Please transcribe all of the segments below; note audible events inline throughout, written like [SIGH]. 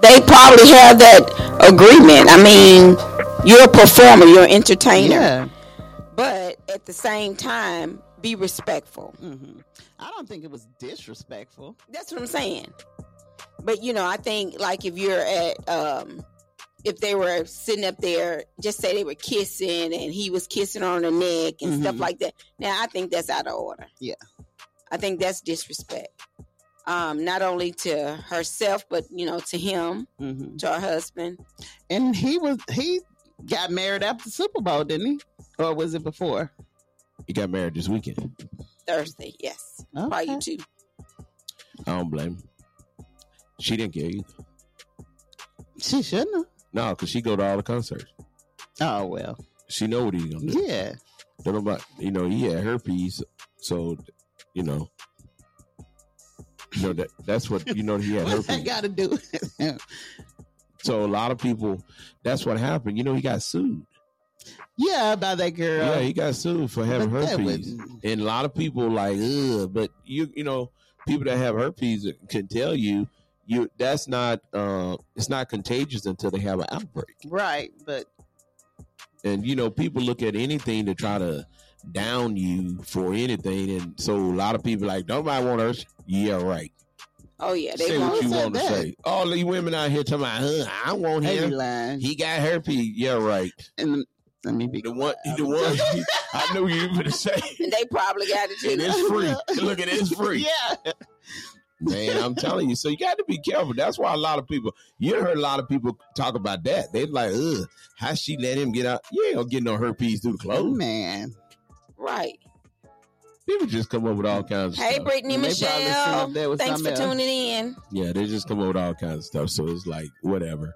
They probably have that agreement. I mean, you're a performer, you're an entertainer, Yeah. but at the same time, be respectful. hmm I don't think it was disrespectful. That's what I'm saying. But you know, I think like if you're at um if they were sitting up there, just say they were kissing and he was kissing on her neck and stuff Mhm. like that. Now I think that's out of order. Yeah. I think that's disrespect. Um, not only to herself, but you know, to him, hmm to her husband. And he was he got married after Super Bowl, didn't he? Or was it before? He got married uh, this weekend. Thursday, yes. Probably Okay. you too. I don't blame him. She didn't care either. She shouldn't. have. No, because she go to all the concerts. Oh well. She know what he's gonna do. Yeah. Don't nobody, you know, he had herpes, so you know, you know that that's what you know he had [LAUGHS] What's that herpes. got to do? So a lot of people, that's what happened. You know, he got sued. yeah, by that Yeah, girl. he got sued for having But that herpes. wouldn't- And a lot of people like, Ugh, but you you know, people that have herpes can tell you you that's not uh it's not contagious until they have an outbreak. right, but And you know, people look at anything to try to down you for anything and so a lot of people like, Don't nobody want herpes. Yeah, right. Oh yeah, they say want what you Who said want to that? say. All these women out here talking about, huh, I want hey, him. lying. He got herpes. Yeah, right. and let me be The one, the one. [LAUGHS] I knew you were gonna say. [LAUGHS] and they probably got it And too. it's free. Look at it, it's free. Yeah. Man, I'm telling you. So you got to be careful. That's why a lot of people, you heard a lot of people talk about that. They like, ugh, how she let him get out? You ain't gonna get no herpes through the Oh clothes. man. [LAUGHS] Right. People just come up with all kinds of Hey stuff. Brittany They probably sitting Michelle. up there with Thanks for something else. tuning in. Yeah, they just come up with all kinds of stuff. So it's like whatever.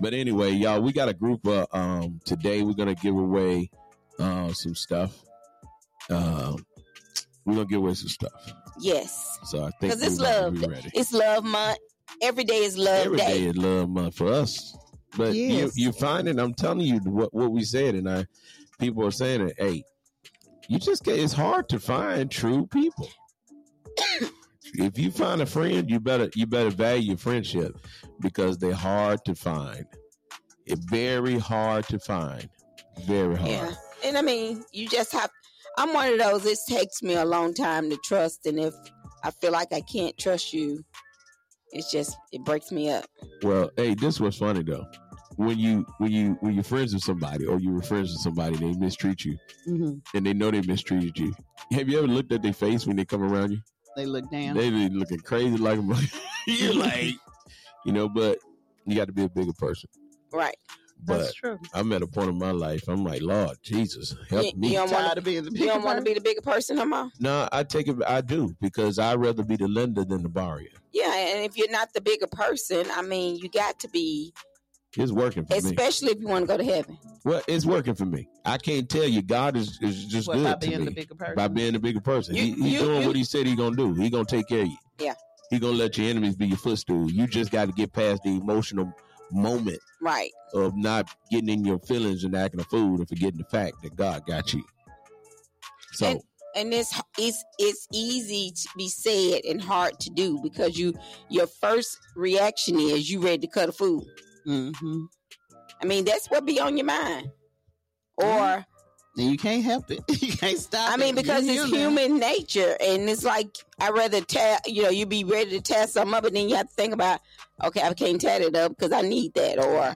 But anyway, y'all, we got a group uh, um today we're gonna give away uh, some stuff. Um we're gonna give away some stuff. Yes. So I think 'Cause it's we might love. Be ready. It's love month. Every day is love Every day. day is love month for us. But Yes. you you find it. I'm telling you what what we said, and I people are saying it. Hey, you just get. It's hard to find true people. if you find a friend, you better you better value your friendship because they're hard to find. It very hard to find. Very hard. Yeah. And I mean, you just have I'm one of those it takes me a long time to trust and if I feel like I can't trust you, it's just it breaks me up. Well, hey, this was funny though. When you when you when you're friends with somebody or you were friends with somebody, they mistreat you. Mhm. and they know they mistreated you. Have you ever looked at their face when they come around you? They look down. They be looking crazy like [LAUGHS] you like you know, but you got to be a bigger person. Right. But true. I'm at a point in my life. I'm like, Lord Jesus, help You- me. you don't wanna- Tired of being the You don't want to bigger be the bigger person no more. no, I take it. I do because I'd rather be the lender than the borrower. Yeah, and if you're not the bigger person, I mean, you got to be, It's working for me. especially if you want to go to heaven. Well, it's working for me. I can't tell you. God is, is just What, good by to being me. the bigger person? By being the bigger person, You- he, he's you- doing you- what he said he's gonna do. He gonna take care of you. Yeah. He gonna let your enemies be your footstool. You just got to get past the emotional moment Right. of not getting in your feelings and acting a fool and forgetting the fact that God got you. So And- and it's it's it's easy to be said and hard to do because you your first reaction is you ready to cut a fool. Mm-hmm. I mean, that's what be on your mind. Mhm. Or And you can't help it. [LAUGHS] You can't Mm-hmm. stop. I mean, it. because You're it's human nature, and it's like I rather tear. You know, you be ready to tear something up, and then you have to think about, okay, I can't tear it up because I need that. Or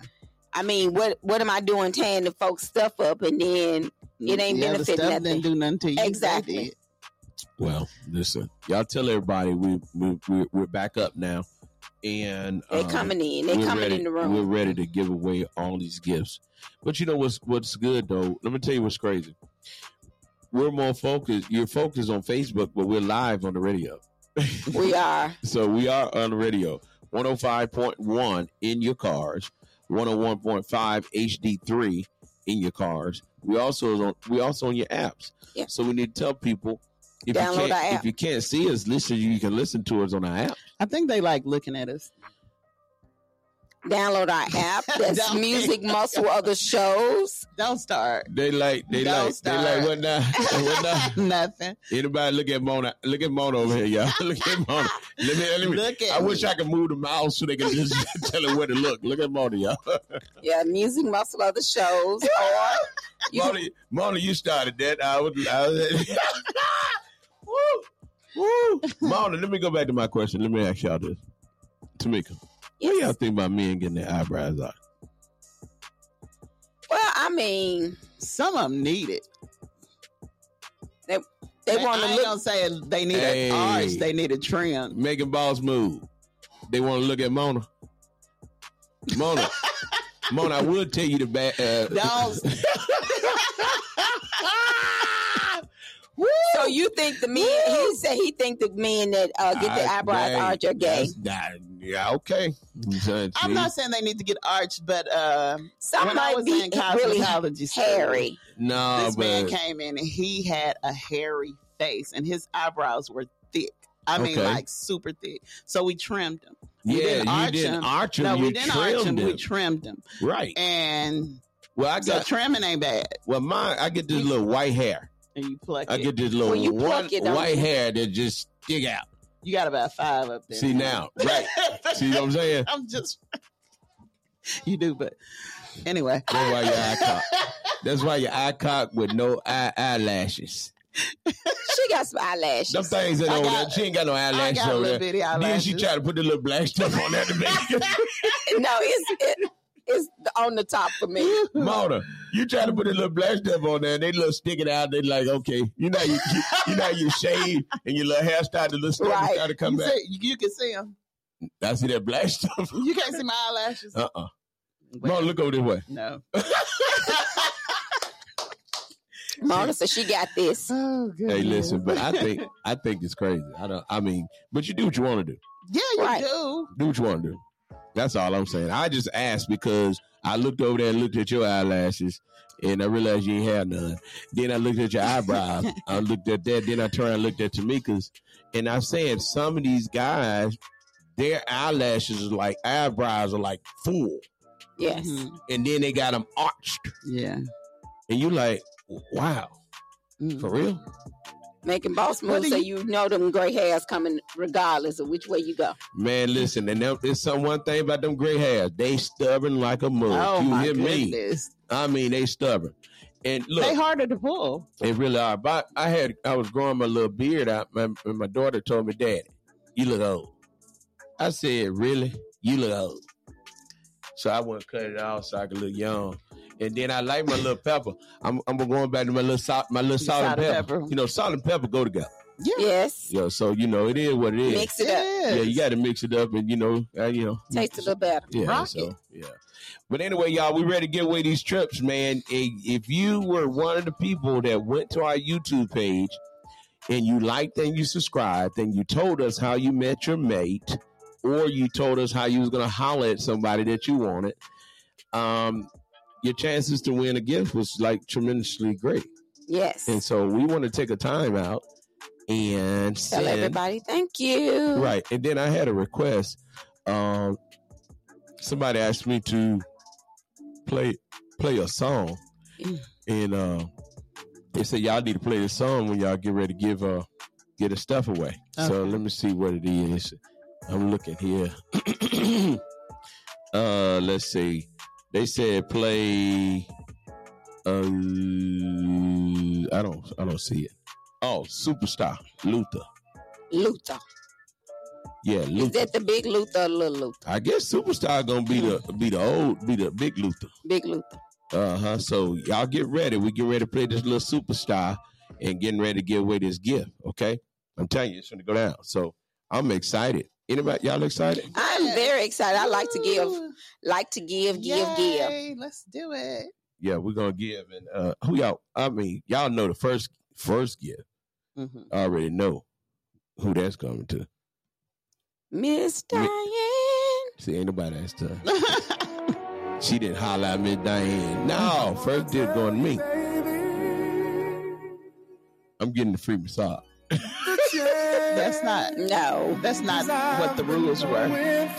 I mean, what what am I doing tearing the folks stuff up, and then It ain't the other benefit stuff nothing. Didn't do nothing to you. They Exactly. did. well, listen, y'all tell everybody we we we're, we're back up now, and they um, coming in, they we're coming ready, in the room. We're ready to give away all these gifts. But you know what's what's good though? Let me tell you what's crazy. We're more focused. You're focused on Facebook, but we're live on the radio. We are So we are on the radio. 105.1 in your cars, 101.5 HD3 in your cars. We also is on we also on your apps. Yeah. So we need to tell people if Download you can't, our app. if you can't see us, listen you can listen to us on our app. I think they like looking at us. Download our [LAUGHS] app. That's Download. music muscle other shows. Don't start. [LAUGHS] They like they Don't like start. they like what now? [LAUGHS] What now? Nothing. Anybody look at Mona? Look at Mona over here, y'all. [LAUGHS] Look at Mona. Let me, let me, Look at I wish me. I could move the mouse so they can just [LAUGHS] tell it where to look. Look at Mona, y'all. Yeah, music muscle other [LAUGHS] shows. Or you Mona, Mona, you started that. I was. I was [LAUGHS] woo, woo. Mona, let me go back to my question. Let me ask y'all this. Tamika, what y'all yes. think about men getting their eyebrows out? Well, I mean, Some of them need it. they They- want I to ain't look. gonna say they need Hey. an arch. They need a trim. Making balls move. They want to look at Mona. Mona, Mona, I would tell you the bad. Uh, Don't. [LAUGHS] [LAUGHS] Woo! So you think the men? He said he think the men that uh, get their I- eyebrows dang, arched are gay. that's not- yeah, okay. I'm not saying they need to get arched, but uh, Some when I might was be in really cosmetology school, hairy. No, This Oh, but man came in and he had a hairy face, and his eyebrows were thick. I mean, Okay. like super thick. So we trimmed them. we yeah, didn't you arch didn't him. arch him. No, you we didn't arch them. trimmed We him. trimmed them, right. and Well, I so got trimming ain't bad. well, mine. I get this little white hair. And you pluck I it. get this little Well, you pluck one it, don't white you? hair that just stick out. you got about five up there. See now, right? [LAUGHS] See what I'm saying? I'm just. You do, but anyway. That's why your eye cock. That's why your eye cock with no eye eyelashes. She got some eyelashes. Them things that I over got- there. She ain't got no I eyelashes got a over little there. bitty Then eyelashes. she tried to put the little black stuff on that [LAUGHS] to make it. no, it's it, it's the- on the top for me. [LAUGHS] Mona, you try to put a little black stuff on there, and they little sticking out. They like, okay, you know, you, you, you know, you shave and your little hair started to little stuff Right. start to come you, back. see, you can see them. I see that [LAUGHS] black stuff. You can't see my eyelashes. Uh uh Well, Mona, look over this way. No. Mona said she got this. Oh, good. Hey, listen, but I think I think it's crazy. I don't. I mean, but you do what you want to do. yeah, you Right. do. Do what you want to do. That's all I'm saying. I just asked because I looked over there and looked at your eyelashes, and I realized you ain't had none. Then I looked at your [LAUGHS] eyebrows. I looked at that. Then I turned and looked at Tamika's, and I said some of these guys, their eyelashes are like eyebrows are like full, Yes. Mhm. and then they got them arched, Yeah. and you like, wow, Mm. for real? Making boss What moves do so you know them gray hairs coming regardless of which way you go. Man, listen, and them, there's some one thing about them gray hairs. They stubborn like a mug. Oh you my hear me? goodness. I mean, they stubborn. And look, They they, harder to pull. really are. But I had, I was growing my little beard out, and my, and my daughter told me, "Daddy, you look old." I said, "Really? You look old?" So I went and cut it off so I could look young. And then I like my little pepper. I'm, I'm going back to my little salt, my little salt, and pepper. You know, salt and pepper go together. Yeah. Yes. Yo, so you know it is what it is. Mix It it up. is. yeah, you got to mix it up, and you know, uh, you know, Tastes a little better. Yeah. Rock so yeah. But anyway, y'all, we ready to get away these trips, man. I- If you were one of the people that went to our YouTube page and you liked and you subscribed and you told us how you met your mate, or you told us how you was gonna holler at somebody that you wanted, um, your chances to win a gift was like tremendously great. Yes. And so we want to take a time out and Tell send- everybody thank you. Right. And then I had a request. Um, somebody asked me to play play a song, Mm. and uh, they said y'all need to play this song when y'all get ready to give uh get the stuff away. So Okay. let me see what it is. I'm looking here. [CLEARS THROAT] uh, let's see. They said play. Uh, I don't. I don't see it. Oh, superstar Luther. Luther. Yeah, Luther. Is that the big Luther or little Luther? I guess Superstar gonna be the be the old be the big Luther. Big Luther. Uh huh. So y'all get ready. We get ready to play this little superstar and getting ready to give away this gift. Okay, I'm telling you, it's gonna go down. So I'm excited. Anybody, y'all excited? I'm Yes. very excited. I like to give. Ooh. Like to give, give, give. Yay, Let's do it. Yeah, we're gonna give. And uh, who y'all? I mean, y'all know the first first gift. Mm-hmm. I already know who that's coming to. Miss Mi- Diane. See, ain't nobody asked her. Mm-hmm. [LAUGHS] She didn't holler at me, Diane. No, Oh, first gift going to me. I'm getting the free massage. The That's not. No. That's not what the rules were.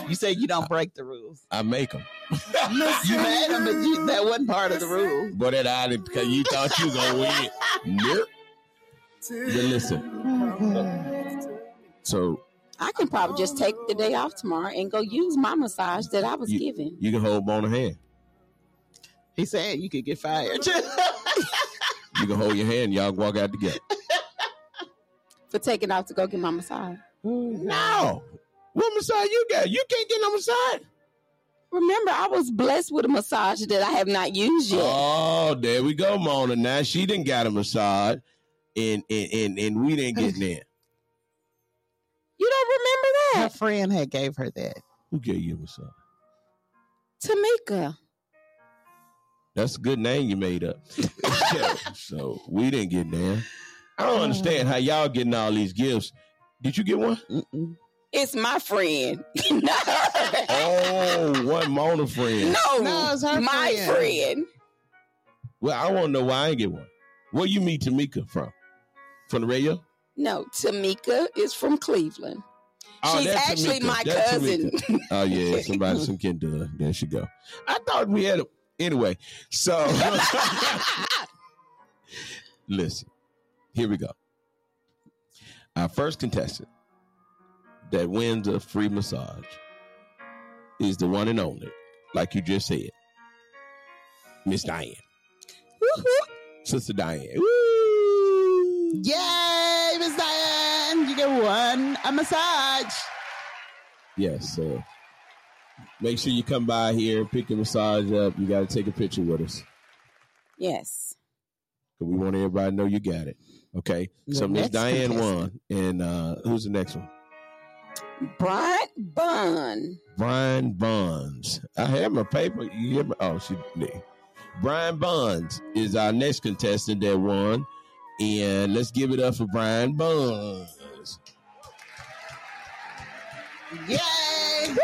You said you don't break the rules. I make them. You mad, at him, but you, that wasn't part of the rule. But that I did because you thought you gonna win. nope. But listen, so I can probably just take the day off tomorrow and go use my massage that I was You- given. you can hold Mona hand. He said you could get fired. [LAUGHS] You can hold your hand. Y'all can walk out together. for taking off to go get my massage. No. What massage you got? You can't get no massage. Remember, I was blessed with a massage that I have not used yet. Oh, there we go, Mona. Now she didn't got a massage, and and and, and we didn't get in there. you don't Her remember that, friend had gave her that. Who gave you a massage? Tamika? That's a good name you made up. [LAUGHS] so we didn't get in there. I don't understand how y'all getting all these gifts. Did you get one? [LAUGHS] Mm-mm. It's my friend. [LAUGHS] no, Oh, one Mona friend. No, it's her my friend. friend. Well, I want to know why I didn't get one. Where you meet Tamika from? From the radio? No, Tamika is from Cleveland. She's Oh, that's actually Tamika. my That's cousin. [LAUGHS] Tamika. Oh yeah, somebody, some kid do it. There she go. I thought we had a anyway. So [LAUGHS] listen, here we go. Our first contestant that wins a free massage is the one and only, like you just said, Miss Diane, Woo-hoo. Sister Diane. Woo! Yay, Miss Diane! You get one a massage. Yes, so make sure you come by here, pick your massage up. You got to take a picture with us. yes. Cause we want everybody to know you got it. Okay. so The Miss next Diane won. contestant. And uh who's the next one? Brian Bun. Brian Bonds. I have my paper. You have my, oh she there. Brian Bonds is our next contestant that won. And let's give it up for Brian Bonds. Yay!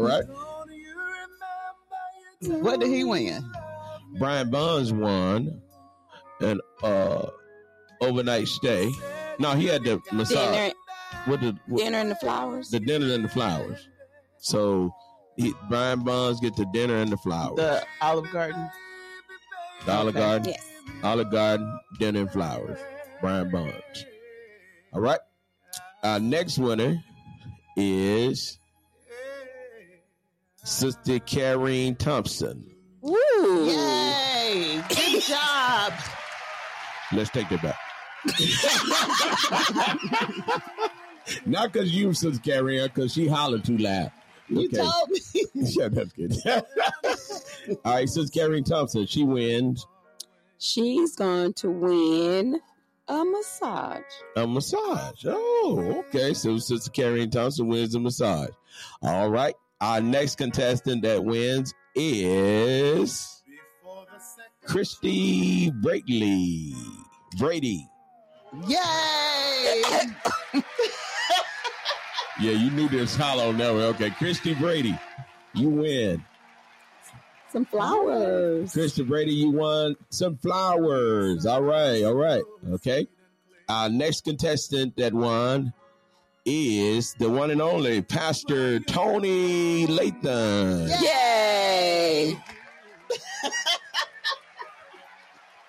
[LAUGHS] right. what did he win? Brian Bonds won an uh overnight stay. No, he had the massage Dinner, with the with- dinner and the flowers. the dinner and the flowers. So he, Brian Bonds get the dinner and the flowers. The Olive Garden. The Olive Garden, yes. Olive Garden, dinner and flowers. Brian Bonds. All right. Our next winner is Sister Kareen Thompson. Woo. Yay! [LAUGHS] Good job. Let's take that back. [LAUGHS] Not because you, Sister Kareen, because she hollered too loud. You Okay. told me. [LAUGHS] [LAUGHS] yeah, that's good. All right, Sister Kareen Thompson, she wins She's going to win a massage. a massage. Oh, okay. So Sister Karen Thompson wins the massage. All right. Our next contestant that wins is Christy Brady. Brady. Yay! Yeah, you knew this hollow now. Okay, Christy Brady, you win. Some flowers. Christy Brady, you won some flowers. All right, all right. Okay. Our next contestant that won is the one and only Pastor Tony Latham. Yay.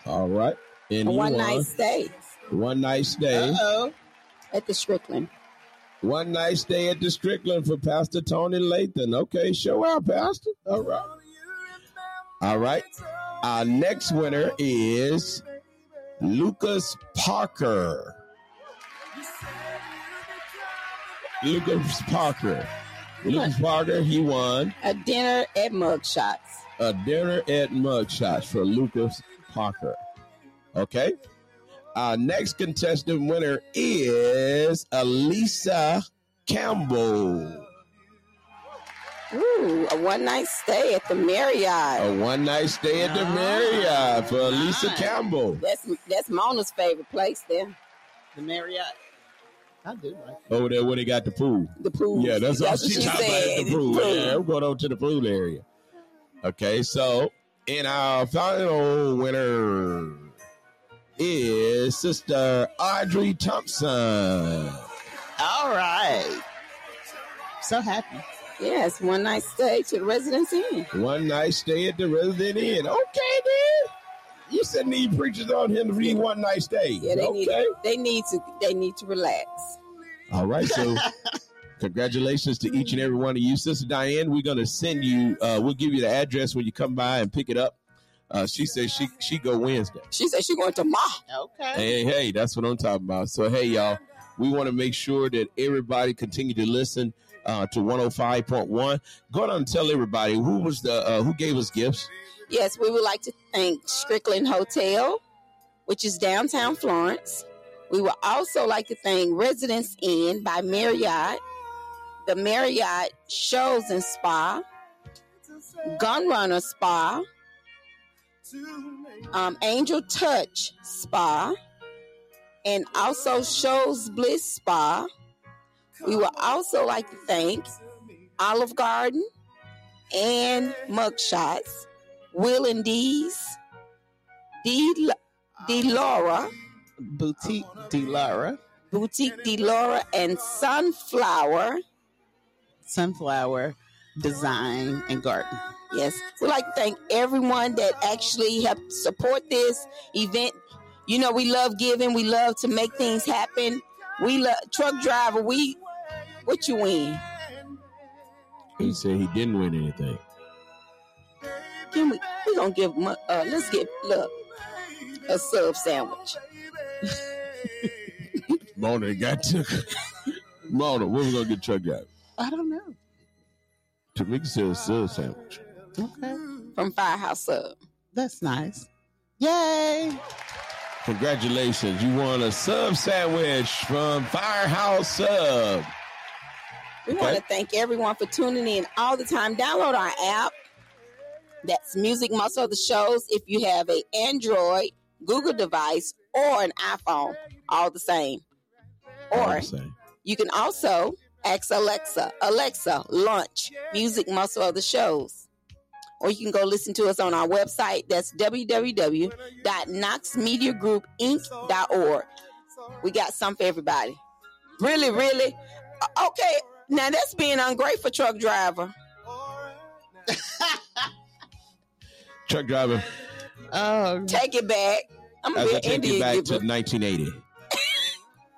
All right. And A you one won. night stay One night stay. Uh oh. at the Strickland. One night stay at the Strickland for Pastor Tony Latham. Okay, show out, Pastor. All right. All right. Our next winner is Lucas Parker. Lucas Parker. Lucas Parker, he won A dinner at Mugshots. a dinner at Mugshots for Lucas Parker. Okay. Our next contestant winner is Elisa Campbell. Ooh, a one night stay at the Marriott. A one night stay at the Marriott for Elisa Nice. Campbell. That's that's Mona's favorite place there. The Marriott. I do like it. Over there where they got the pool. The pool. Yeah, that's, all what she talking about is the pool. Pool. Yeah, we're going over to the pool area. Okay, so in our final winner is Sister Audrey Thompson. All right. So happy. Yes, one night stay to the residence inn. One night stay at the Resident Inn. Okay, man. You said need preachers on him to read one night stay. Yeah, they okay. need they need to they need to relax. All right, so congratulations to each and every one of you. Sister Diane, we're going to send you, uh, we'll give you the address when you come by and pick it up. Uh, she says she she go Wednesday. She said she going to Ma. Okay. Hey, hey, that's what I'm talking about. So, hey, y'all, we want to make sure that everybody continue to listen uh, to 105.1. Go down and tell everybody who was the uh, who gave us gifts. Yes, we would like to thank Strickland Hotel, which is downtown Florence. We would also like to thank Residence Inn by Marriott, the Marriott Shows and Spa, Gun Runner Spa, um, Angel Touch Spa, and also Shows Bliss Spa. We would also like to thank Olive Garden and Mugshots, Will and Dee's, D. D. Laura, Boutique Delara, Boutique D. Laura, and Sunflower. Sunflower Design and Garden. Yes, we'd like to thank everyone that actually helped support this event. You know, we love giving. We love to make things happen. We love truck driver. We what you win? He said he didn't win anything. Can we? We gonna give. mu- Uh, let's get look a sub sandwich. Mona got took. [LAUGHS] Mona, where we gonna get truck out? I don't know. Tamika said a sub sandwich. Okay. from Firehouse Sub. That's nice. Yay. Congratulations, you won a sub sandwich from Firehouse Sub. We Okay. want to thank everyone for tuning in all the time. Download our app. That's music most of the shows if you have a Android, Google device, or an iPhone, all the same. Or you can also ask Alexa, Alexa, launch music most of the shows. Or you can go listen to us on our website. That's www.knoxmediagroupinc.org. We got something for everybody. Really, really. O- Okay, now that's being ungrateful, truck driver. truck driver. Oh, Take it back. I'm As I gonna be an take you back Indian. to giver. 1980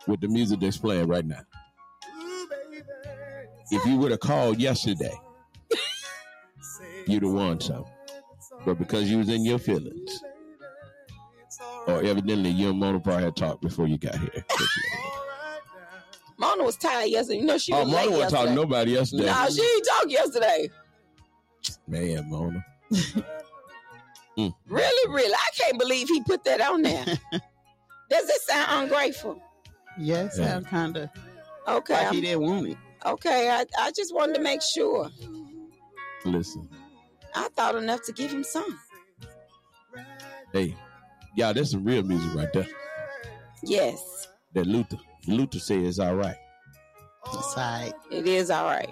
with the music that's playing right now. If you would have called yesterday, you'd have won some. But because you was in your feelings, Oh, or evidently you and Mona probably had talked before you got here. Mona was tired yesterday. You know she was oh, Mona late wasn't talking yesterday. to nobody yesterday. no, she didn't talk yesterday. Man, Mona. Really, really. I can't believe he put that on [LAUGHS] there. Does it sound ungrateful? yes. Yeah. I'm kind of Okay. like I'm- he didn't want it. okay. I, I just wanted to make sure. Listen, I thought enough to give him some. hey, y'all, that's some real music right there. Yes. That Luther, Luther said it's all right. It's like, It is all right.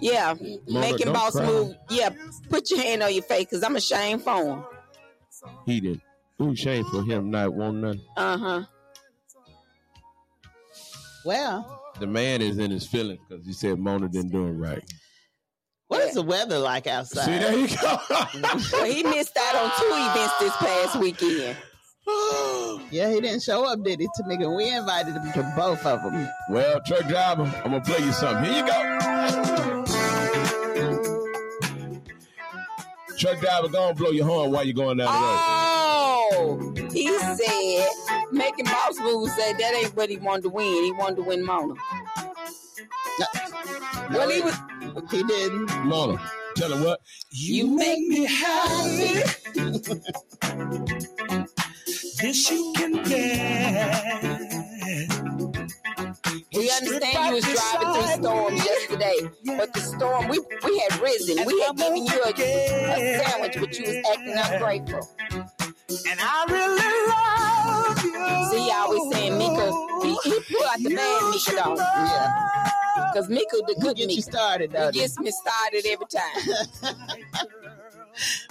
Yeah. Making don't boss cry. move. Yeah. Put your hand on your face because I'm ashamed for him. He did. Ooh, shame for him not want none. Uh [LAUGHS] huh. well, The man is in his feelings because he said Mona didn't do it right. what is the weather like outside? See, there you go. Well, he missed out on two events this past weekend. Yeah, he didn't show up, did he, Tamika? We invited him to both of them. [LAUGHS] well, truck driver, I'm gonna play you something. Here you go. Truck driver, go and blow your horn while you're going down the road. Oh, he said making boss move said that ain't what he wanted to win. He wanted to win Mona. Well, he was. He didn't. Mona, tell her what. You make me happy. [LAUGHS] This you can get. We understand you was driving through storms yesterday, but the storm we we had risen. We had given you a, a sandwich, but you was acting ungrateful. And I really love you. See, I always saying Miko, he, he pulled out the bad Miko though, Yeah. because Miko the good Get you Miko. started, though. [LAUGHS] [LAUGHS] He gets me started every time.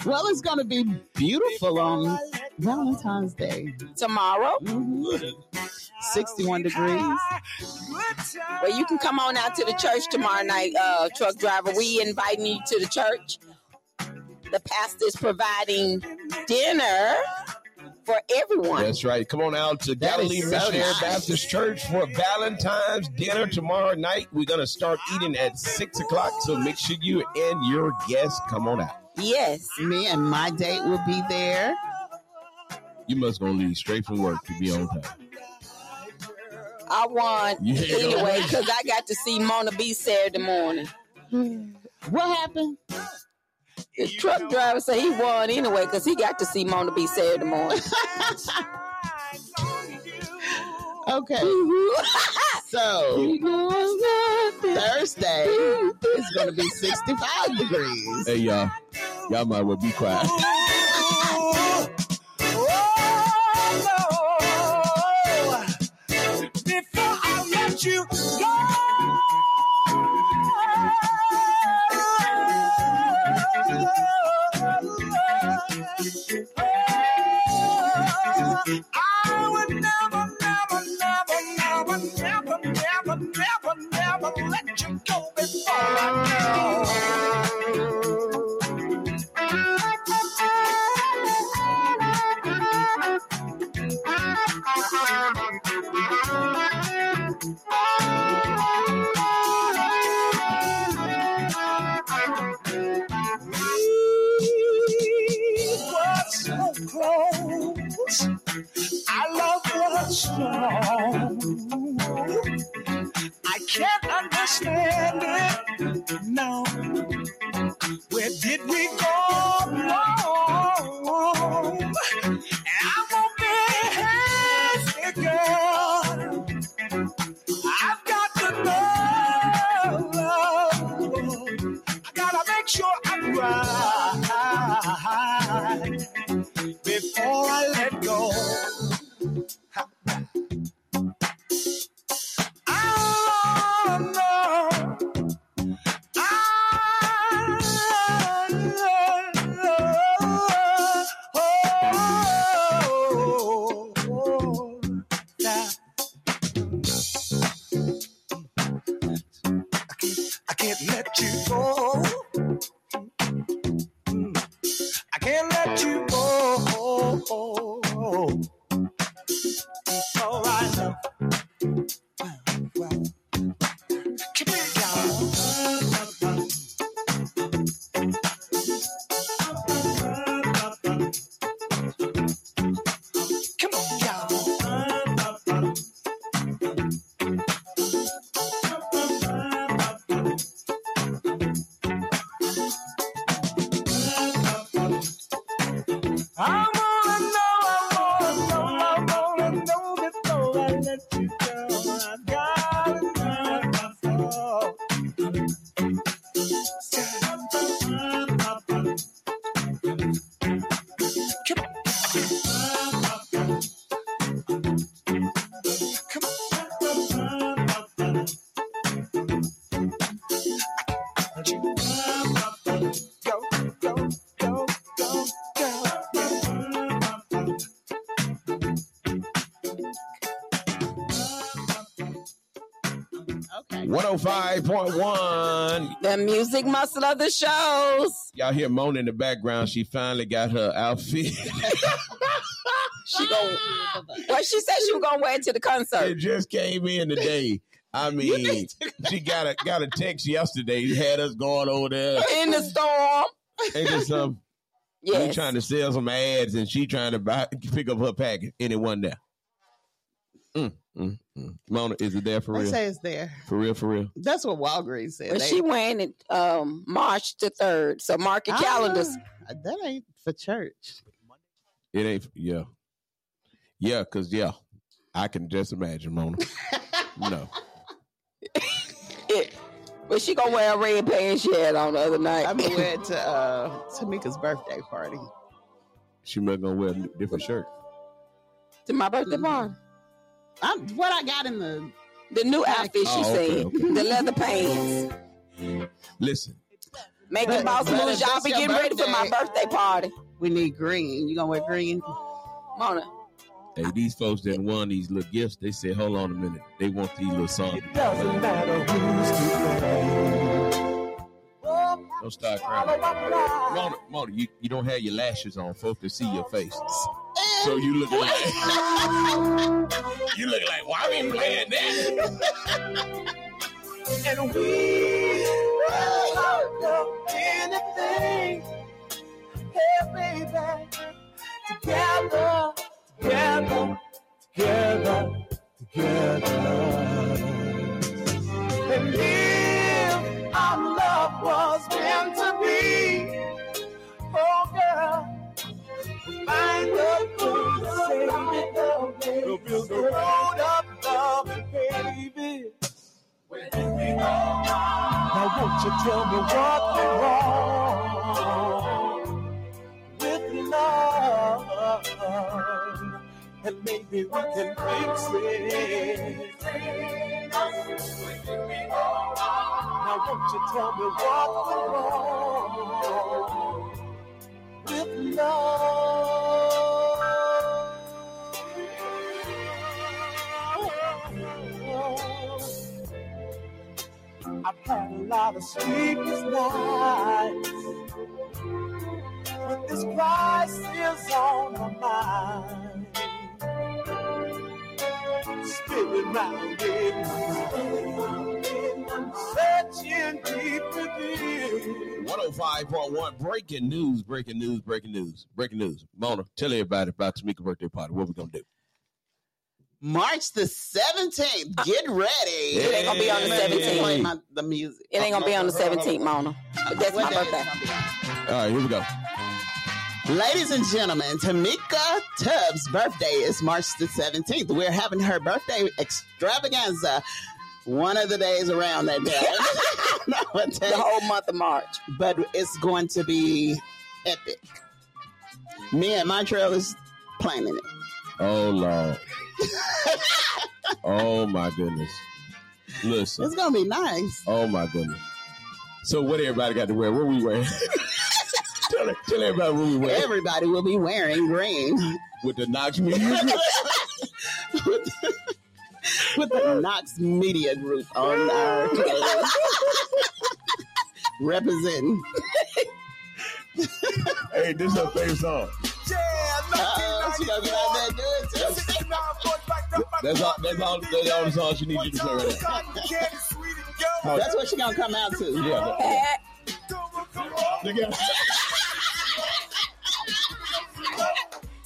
Well, it's gonna be beautiful on Valentine's Day. tomorrow. Mhm. 61 degrees. Well, you can come on out to the church tomorrow night, uh, truck driver. We inviting you to the church. The pastor's providing dinner for everyone. That's right. Come on out That to is Galilee so Missionary nice. Baptist Church for Valentine's dinner tomorrow night. We're gonna start eating at six o'clock, so make sure you and your guests come on out. Yes. Me and my date will be there. You must gonna leave straight from work to be on time. I want Yeah. anyway because I got to see Mona B Saturday morning. What happened? The truck driver said he won anyway because he got to see Mona B Saturday morning. [LAUGHS] Okay, so Thursday is gonna be 65 degrees. Hey y'all, y'all might well be quiet. Before I let you go, I would never, never, never, never, never, never, never, never let you go before I go. What's so close? I love what's strong. I can't understand it. No. Where did we go wrong? And I won't be happy, girl. I've got to know. I gotta make sure I'm right before I let go. Oh, no. I can't let you go. I can't let you go. All right now. Well, keep it down. Come on, y'all. I wanna know, I wanna know, I wanna know before I let you go. I gotta know myself. Come on. Come on. Go, go, go, go, go. Okay. 105.1. The music muscle of the shows. Y'all hear Mona in the background. She finally got her outfit. [LAUGHS] She go. Well, she said she was gonna wear it to the it concert. just came in today. I mean, she got a got a text yesterday. Had us going over there. In the storm. Ain't there some you Yes. trying to sell some ads and she trying to buy pick up her package. And it wasn't there. Mm, mm, mm. Mona, is it there for They real? say it's there. for real, for real. That's what Walgreens said. But They- she wearing it um, March the third. So mark your Ah, calendars. That ain't for church. It ain't yeah. Yeah, cause yeah. I can just imagine Mona. no. It, but she gonna wear a red pants she had on the other night. I'm aware to uh, Tamika's birthday party. She must gonna wear a different shirt. [LAUGHS] to my birthday party. I'm what I got in the The new outfit she Oh, okay, said. okay. The leather pants. Listen, Making But- boss but moves. if Y'all it's be your getting ready for my birthday party. We need green. You gonna wear green? Mona. Hey, these folks that won these little gifts, they said, hold on a minute. They want these little songs. It doesn't matter who's to blame. Oh, Don't start Follow crying. my pride. Mona, Mona you, you don't have your lashes on. Folks can see your face. So you look like. [LAUGHS] you look like, why we playing that? And we will do anything. Hey, baby. Together, together, together, together. And if our love was meant to be, oh girl, find the food to save it, though, baby. We'll build the road of love, baby. Now won't you tell me what went wrong with love? And maybe we can fix it. Now won't you tell me what went wrong with love? I've had a lot of sleepless nights, but this crisis on my mind. Spinning round in my mind, searching deep within. 105.1 breaking news, breaking news, breaking news, breaking news. Mona, tell everybody about Tamika's birthday party. What we gonna do? March the seventeenth. Uh, Get ready. It ain't gonna be on the Yeah. 17th. Play my- the music. It ain't gonna be on the 17th, Mona. But that's my What day is it birthday. gonna be on? All right, here we go. Ladies and gentlemen, Tamika Tubbs' birthday is March the 17th. We're having her birthday extravaganza one of the days around that [LAUGHS] day. [LAUGHS] I don't know what day, The whole month of March. but it's going to be epic. Me and Montreal is planning it. Oh Lord. oh my goodness. It's Listen. going to be nice. Oh my goodness. So what everybody got to wear? [LAUGHS] What we wearing? tell, tell everybody what we wearing Everybody will be wearing green with the Knox music. [LAUGHS] with, with the Knox Media Group on our playlist. [LAUGHS] representing. hey, this is her favorite song. Yeah, Ah, Uh-oh, uh, she gonna get out there and do it too. That's all. That's all. That's all the songs you need you to play right now. Oh, That's what she gonna come out to. yeah. Pat, Look at her.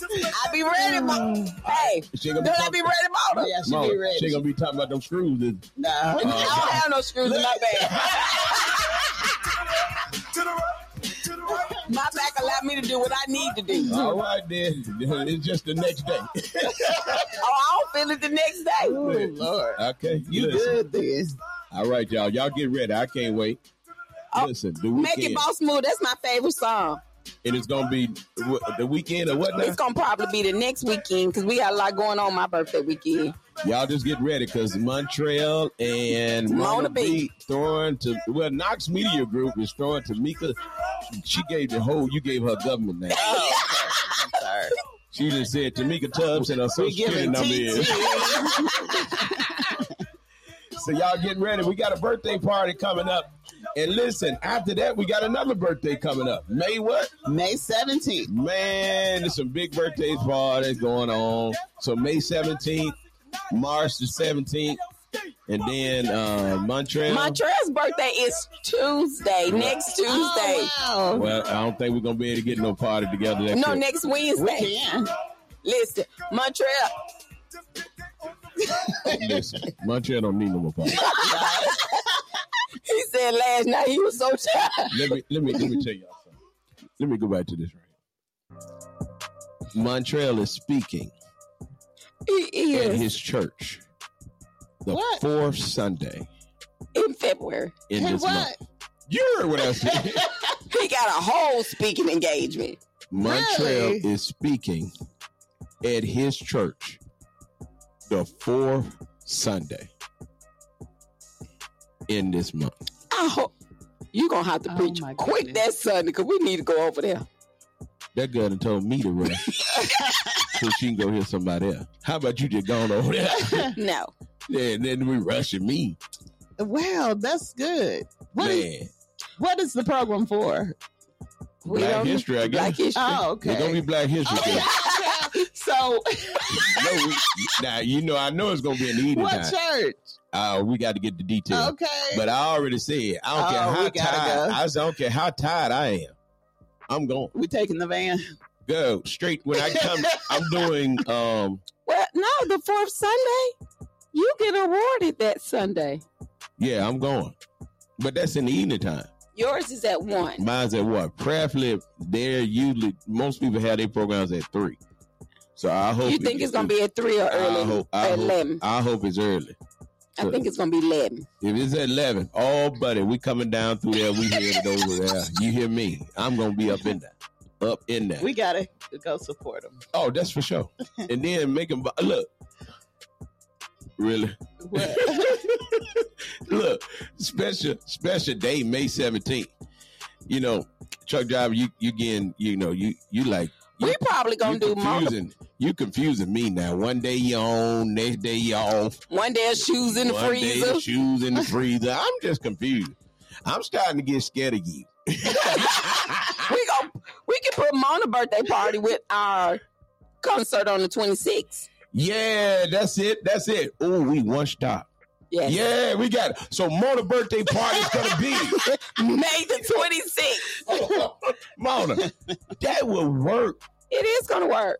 I be ready, Mona. Hey, She do gonna be I be talking- ready, Mona? Yeah, she Mona, be ready. she gonna uh, be talking about them screws. isn't she? no. I [LAUGHS] don't have no screws in my back. My back allowed me to do what I need to do. All right, then. [LAUGHS] It's just the next day. Oh, I don't feel it the next day. Ooh, Oh, Lord. [LAUGHS] okay. You listen. good then. All right, y'all. Y'all get ready. I can't wait. Oh, Listen, the Make weekend. it boss move. That's my favorite song. And it's gonna be wh- the weekend or what now? It's gonna probably be the next weekend because we got a lot going on my birthday weekend. Y'all just get ready because Montreal and Mona Mona B. B throwing to well Knox Media Group is throwing to Mika. She gave the whole you gave her government name. Oh, okay. I'm sorry. She just said Tamika Tubbs and her social We security giving number is. TT. So y'all get ready. We got a birthday party coming up. And listen, after that, we got another birthday coming up. May what? May 17th. Man, there's some big birthday parties going on. So May 17th, March the 17th, and then uh, Montreal. Montreal's birthday is Tuesday, next Tuesday. Oh, wow. Well, I don't think we're gonna be able to get no party together. That No, quick. next We Wednesday. can. Listen, Montreal, [LAUGHS] Listen, Montreal don't need no more party. he said last night he was so tired. let me let me let me tell y'all something. Let me go back to this right. here. Montreal is speaking He at is his church the What? fourth Sunday in February. in Hey, this month. what? You heard what I said. He got a whole speaking engagement. Montreal Really? is speaking at his church the fourth Sunday in this month. I hope you gonna have to Oh, preach my quick goodness. that Sunday because we need to go over there. That girl done told me [LAUGHS] to run so she can go hear somebody else. How about you just gone over there? [LAUGHS] No, Yeah, and then we rushing me. Wow, that's good. What is, Man. what is the program for? we Black don't- history, I Black guess. history. [LAUGHS] Oh, It's gonna be okay. Black [LAUGHS] History Day. Oh, yeah, so, No, we, now you know I know it's gonna be an evening what [LAUGHS] time. church? Uh, we got to get the details. Okay. But I already said I don't Oh, care how we gotta tired. go. I, said, I don't care how tired I am. I'm going we taking the van. [LAUGHS] go straight when I come. I'm doing um. Well, no, the fourth Sunday, you get awarded that Sunday. Yeah, I'm going. But that's in the evening time. Yours is at one. Mine's at what? Prayerfully, they're usually most people have their programs at three. So I hope You think it- it's gonna be at three or I early? hope, I, or hope, eleven? I hope it's early. I think it's gonna be eleven. If it's at eleven, oh buddy, we coming down through there. We headed over there. You hear me? I'm gonna be up in there, up in there. We gotta go support them. oh, that's for sure. And then make them look. Really, What? look special special day May seventeenth. You know, truck driver, you you getting you know you you like you, We probably gonna you do multiple. confusing you confusing me now. One day you on, next day you off. One day of shoes in the One day freezer. the shoes in the freezer. I'm just confused. I'm starting to get scared of you. we go. We can put Mona birthday party with our concert on the twenty sixth. yeah, that's it. That's it. Oh, we one stop. Yes. Yeah, we got it. So Mona birthday party is gonna [LAUGHS] be May the twenty sixth. Mona. That would work, It is gonna work,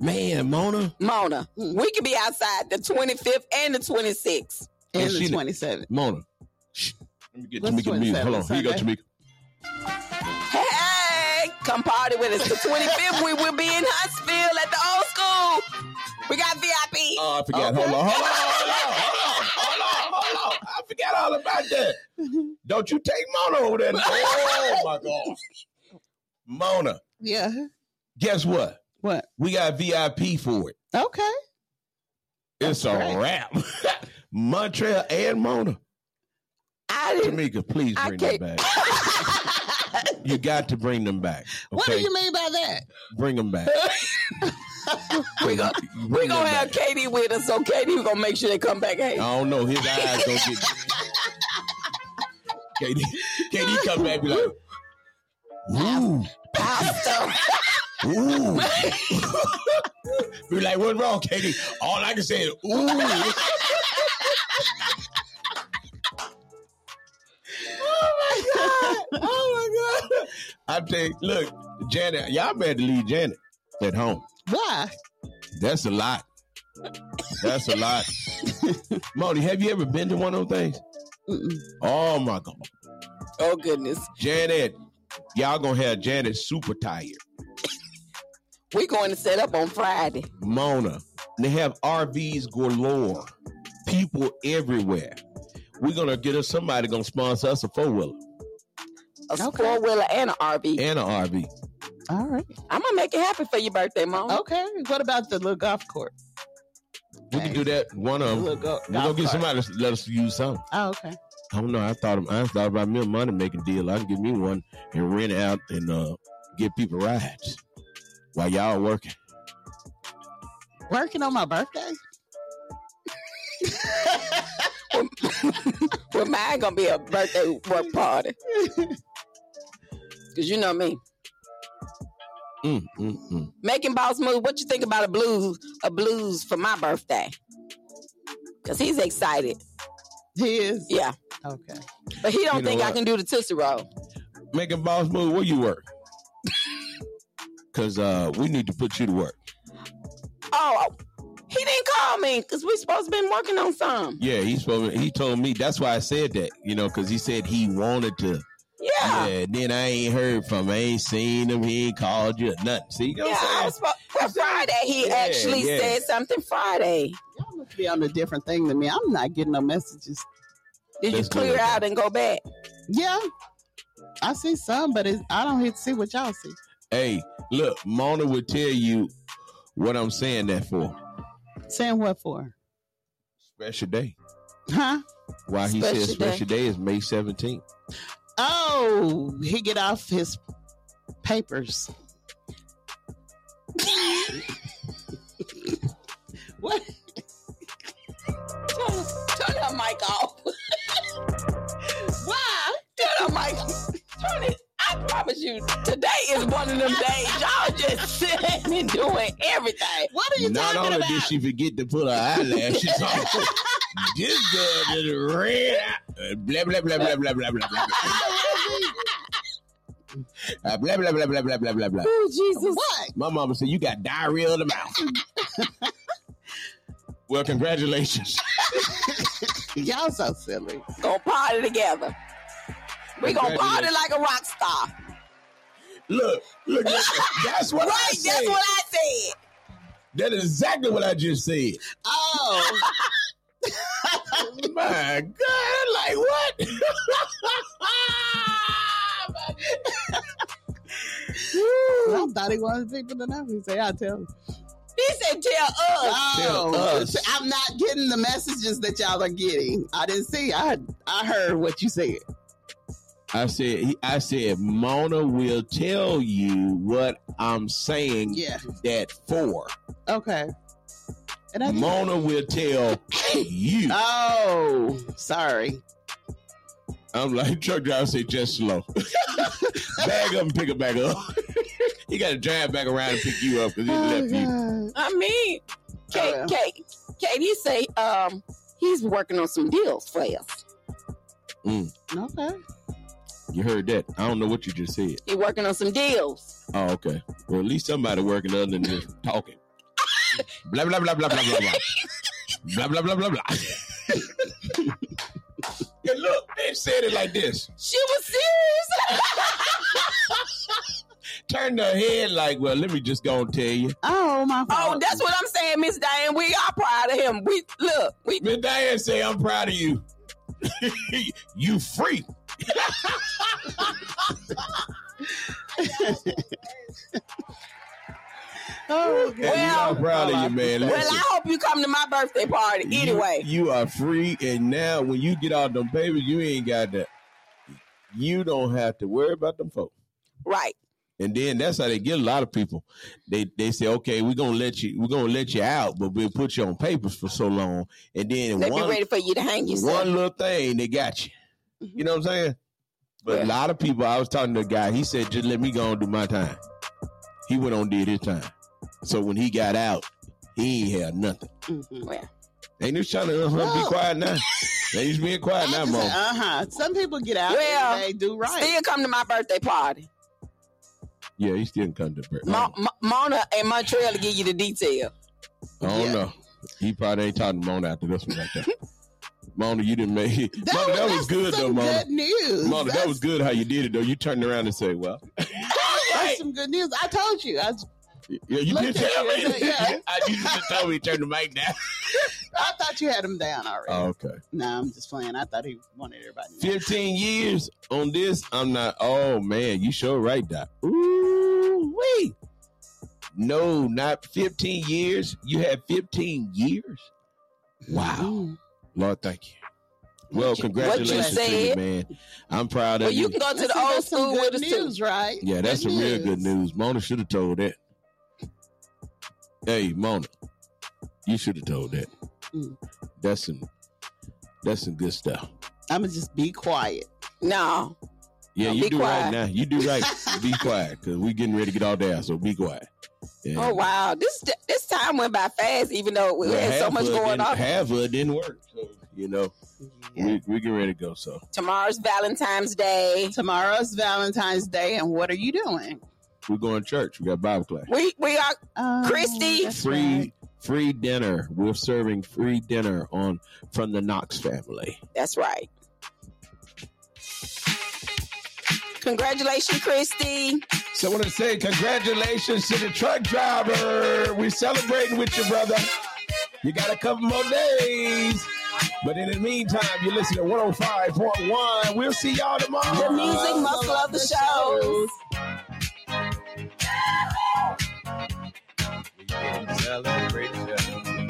man. Mona, Mona. Mm. We could be outside the twenty fifth and the twenty sixth. and [LAUGHS] And the she- 27th. Mona. Shh. Let me get Let's do Tamika it music. Hold on. Saturday, Here you go, Sunday. Tamika. Hey, come party with us. The twenty fifth, we will be in Huntsville at the old school. We got VIP. Oh, I forgot. Okay. Hold on. Hold on. Hold on. Hold on. Hold on. I forgot all about that. Don't you take Mona over there. Oh my God. Mona, Yeah. guess what? What? We got VIP for it. Okay. It's a That's wrap. [LAUGHS] Montreal and Mona. I didn't. Tamika, please I bring them can't- back. You got to bring them back. [LAUGHS] What okay? do you mean by that? Bring them back. uh, we gonna, We gonna have Katie with us, so Katie we gonna make sure they come back. Hey, I don't know. His eyes don't get. Katie, Katie come back and be like, ooh, [LAUGHS] Pastor. ooh. [LAUGHS] be like, what's wrong, Katie? All I can say is, ooh. oh my [LAUGHS] god! Oh my god! I tell you, look, Janet, y'all better leave Janet at home. Why? That's a lot. That's a lot. [LAUGHS] Moni, have you ever been to one of those things? Mm-mm. Oh my god. Oh goodness, Janet, y'all gonna have Janet super tired. we going to set up on Friday. Mona. They have RVs galore. People everywhere. We're gonna get us somebody gonna sponsor us a four wheeler A Okay. four wheeler and an RV. and an RV. All right. I'm gonna make it happen for your birthday, mom. Okay. What about the little golf court? We can do that. One The of little them. go- We're Um, gonna golf get cart. somebody to let us use some. Oh, okay. I don't know. I thought I thought about me a money making deal. I can give me one and rent it out and uh, get people rides while y'all working. Working on my birthday? Well, mine gonna be a birthday work party. Cause you know me, Mm, mm, mm. making boss move. What you think about a blues, a blues for my birthday? Cause he's excited. He is. Yeah, Okay. but he don't You know think I what? can do the tootsie roll. Making boss move. Where you work? [LAUGHS] Cause uh, we need to put you to work. Oh, he didn't call me because we supposed to been working on some. Yeah, he spoke. He told me that's why I said that. You know, cause he said he wanted to. Yeah. Yeah, and then I ain't heard from. him. I ain't seen him. He ain't called you. or Nothing. See, you yeah. know what I I'm was saying? supposed. Well, Friday he Yeah, actually yeah. said something Friday. Y'all must be on a different thing than me. I'm not getting no messages. Did Let's you do clear it. out and go back? [LAUGHS] Yeah. I see some, but it's, I don't hit see what y'all see. Hey, look, Mona would tell you what I'm saying that for. Saying what for? Special day. Huh? Why he says Special day. special day is May 17th. Oh, he get off his papers. what? Turn, turn her mic off. Why? Turn her mic off. Turn it. I promise you, today is one of them days. Y'all just [LAUGHS] sitting and doing everything. What are you Not talking only about? did she forget to put her [LAUGHS] eyelashes on, this girl did red. uh, Blah blah blah blah blah blah blah blah. Uh, blah blah blah blah blah blah blah blah. Oh, Jesus. what? My mama said you got diarrhea of the mouth. [LAUGHS] well, congratulations. Y'all so silly. Gonna party together. We gonna party like a rock star. Look, look, look, that's what I Right? said. That's what I said. That is exactly what I just said. Oh, [LAUGHS] My God, like what? [LAUGHS] I thought he wanted people to know. He said, "I'll tell." him." He said, "Tell us." Oh, Tell us. I'm not getting the messages that y'all are getting. I didn't see. I I heard what you said. I said, I said, Mona will tell you what I'm saying Yeah. that for. Okay. And I Mona will tell [LAUGHS] you. Oh, sorry. I'm like truck driver. Say just slow. [LAUGHS] bag up and pick it back up. [LAUGHS] he got to drive back around and pick you up because he left you. Oh, I mean, Kate, Oh, Kate, Katie say, um, he's working on some deals for us. God. Okay. You heard that? I don't know what you just said. He working on some deals. Oh, okay. Well, at least somebody working other than just [LAUGHS] talking. blah blah blah blah blah blah blah. blah blah blah blah blah. [LAUGHS] and look, they said it like this. She was serious. [LAUGHS] Turn their head like, well, let me just go and tell you. Oh my. Oh, fault. that's what I'm saying, Miss Diane. We are proud of him. We look, we Miss Diane say, I'm proud of you. [LAUGHS] you freak. Oh, And God. uh-huh. Well- we are proud of you, man. Well, Listen. I hope you come to my birthday party You- anyway. You, are free, and now when you get out them papers, you ain't got that. You don't have to worry about them folks. Right. And then that's how they get a lot of people. They they say, okay, we're gonna let you, we're gonna let you out, but we'll put you on papers for so long, and then They be one ready for you to hang yourself. one little thing they got you. You know what I'm saying? But a Yeah. lot of people. I was talking to a guy. He said, just let me go and do my time. He went on and did his time. So when he got out, he ain't had nothing. Mhm. Well, Ain't just trying to uh, No. be quiet now. They just being quiet now, Uh mom. huh. Some people get out Well, and they do right. Still come to my birthday party. Yeah, he still come to break. Mo- Mo- Mona and Montreal to give you the detail. I don't Yeah. know. He probably ain't talking to Mona after this one [LAUGHS] right there. Mona, you didn't make it. That Mona, was, that was that's good though, some Mona. Good news. Mona, that That's- was good how you did it though. You turned around and say, "Well, That's some good news. I told you. I, yeah, you Look did at tell me." you, yeah. [LAUGHS] I you just told me to turn the [LAUGHS] mic down. I thought you had him down already. Oh, okay, No, I'm just playing. I thought he wanted everybody. To know. fifteen years on this. I'm not. Oh man, you sure right, Doc. Ooh wee. No, not fifteen years. You had fifteen years. Wow. Mm. Lord, thank you. Well, What you- congratulations what you to you, said. man. I'm proud of Well, you you. can go I to said the old that's some school good with us too. news, right? Yeah, that's some real good news. Mona should have told that. Hey, Mona, you should have told that. Mm. That's some that's some good stuff. I'm gonna just be quiet. No, Yeah, Now you be do right quiet. now. You do right. [LAUGHS] be quiet, cause we getting ready to get all down. So be quiet. Yeah. oh wow, this this time went by fast, even though we Well, had so half much of it going didn't- on. Half of it didn't work. So you know, Yeah. we we getting ready to go. So Tomorrow's Valentine's Day. Tomorrow's Valentine's Day, and what are you doing? we're going to church. We got Bible class. We we are Um, Christy. that's free right. free dinner. We're serving free dinner on from the Knox family. that's right. Congratulations, Christy. So I want to say congratulations to the truck driver. We're celebrating with you, brother. You got a couple more days. But in the meantime, you listen to 105.1. We'll see y'all tomorrow. The music muscle of the show. Celebration. celebration.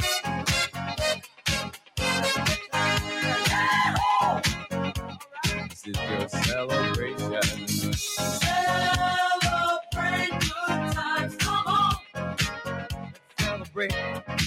Celebrate good times. Come on. Celebrate.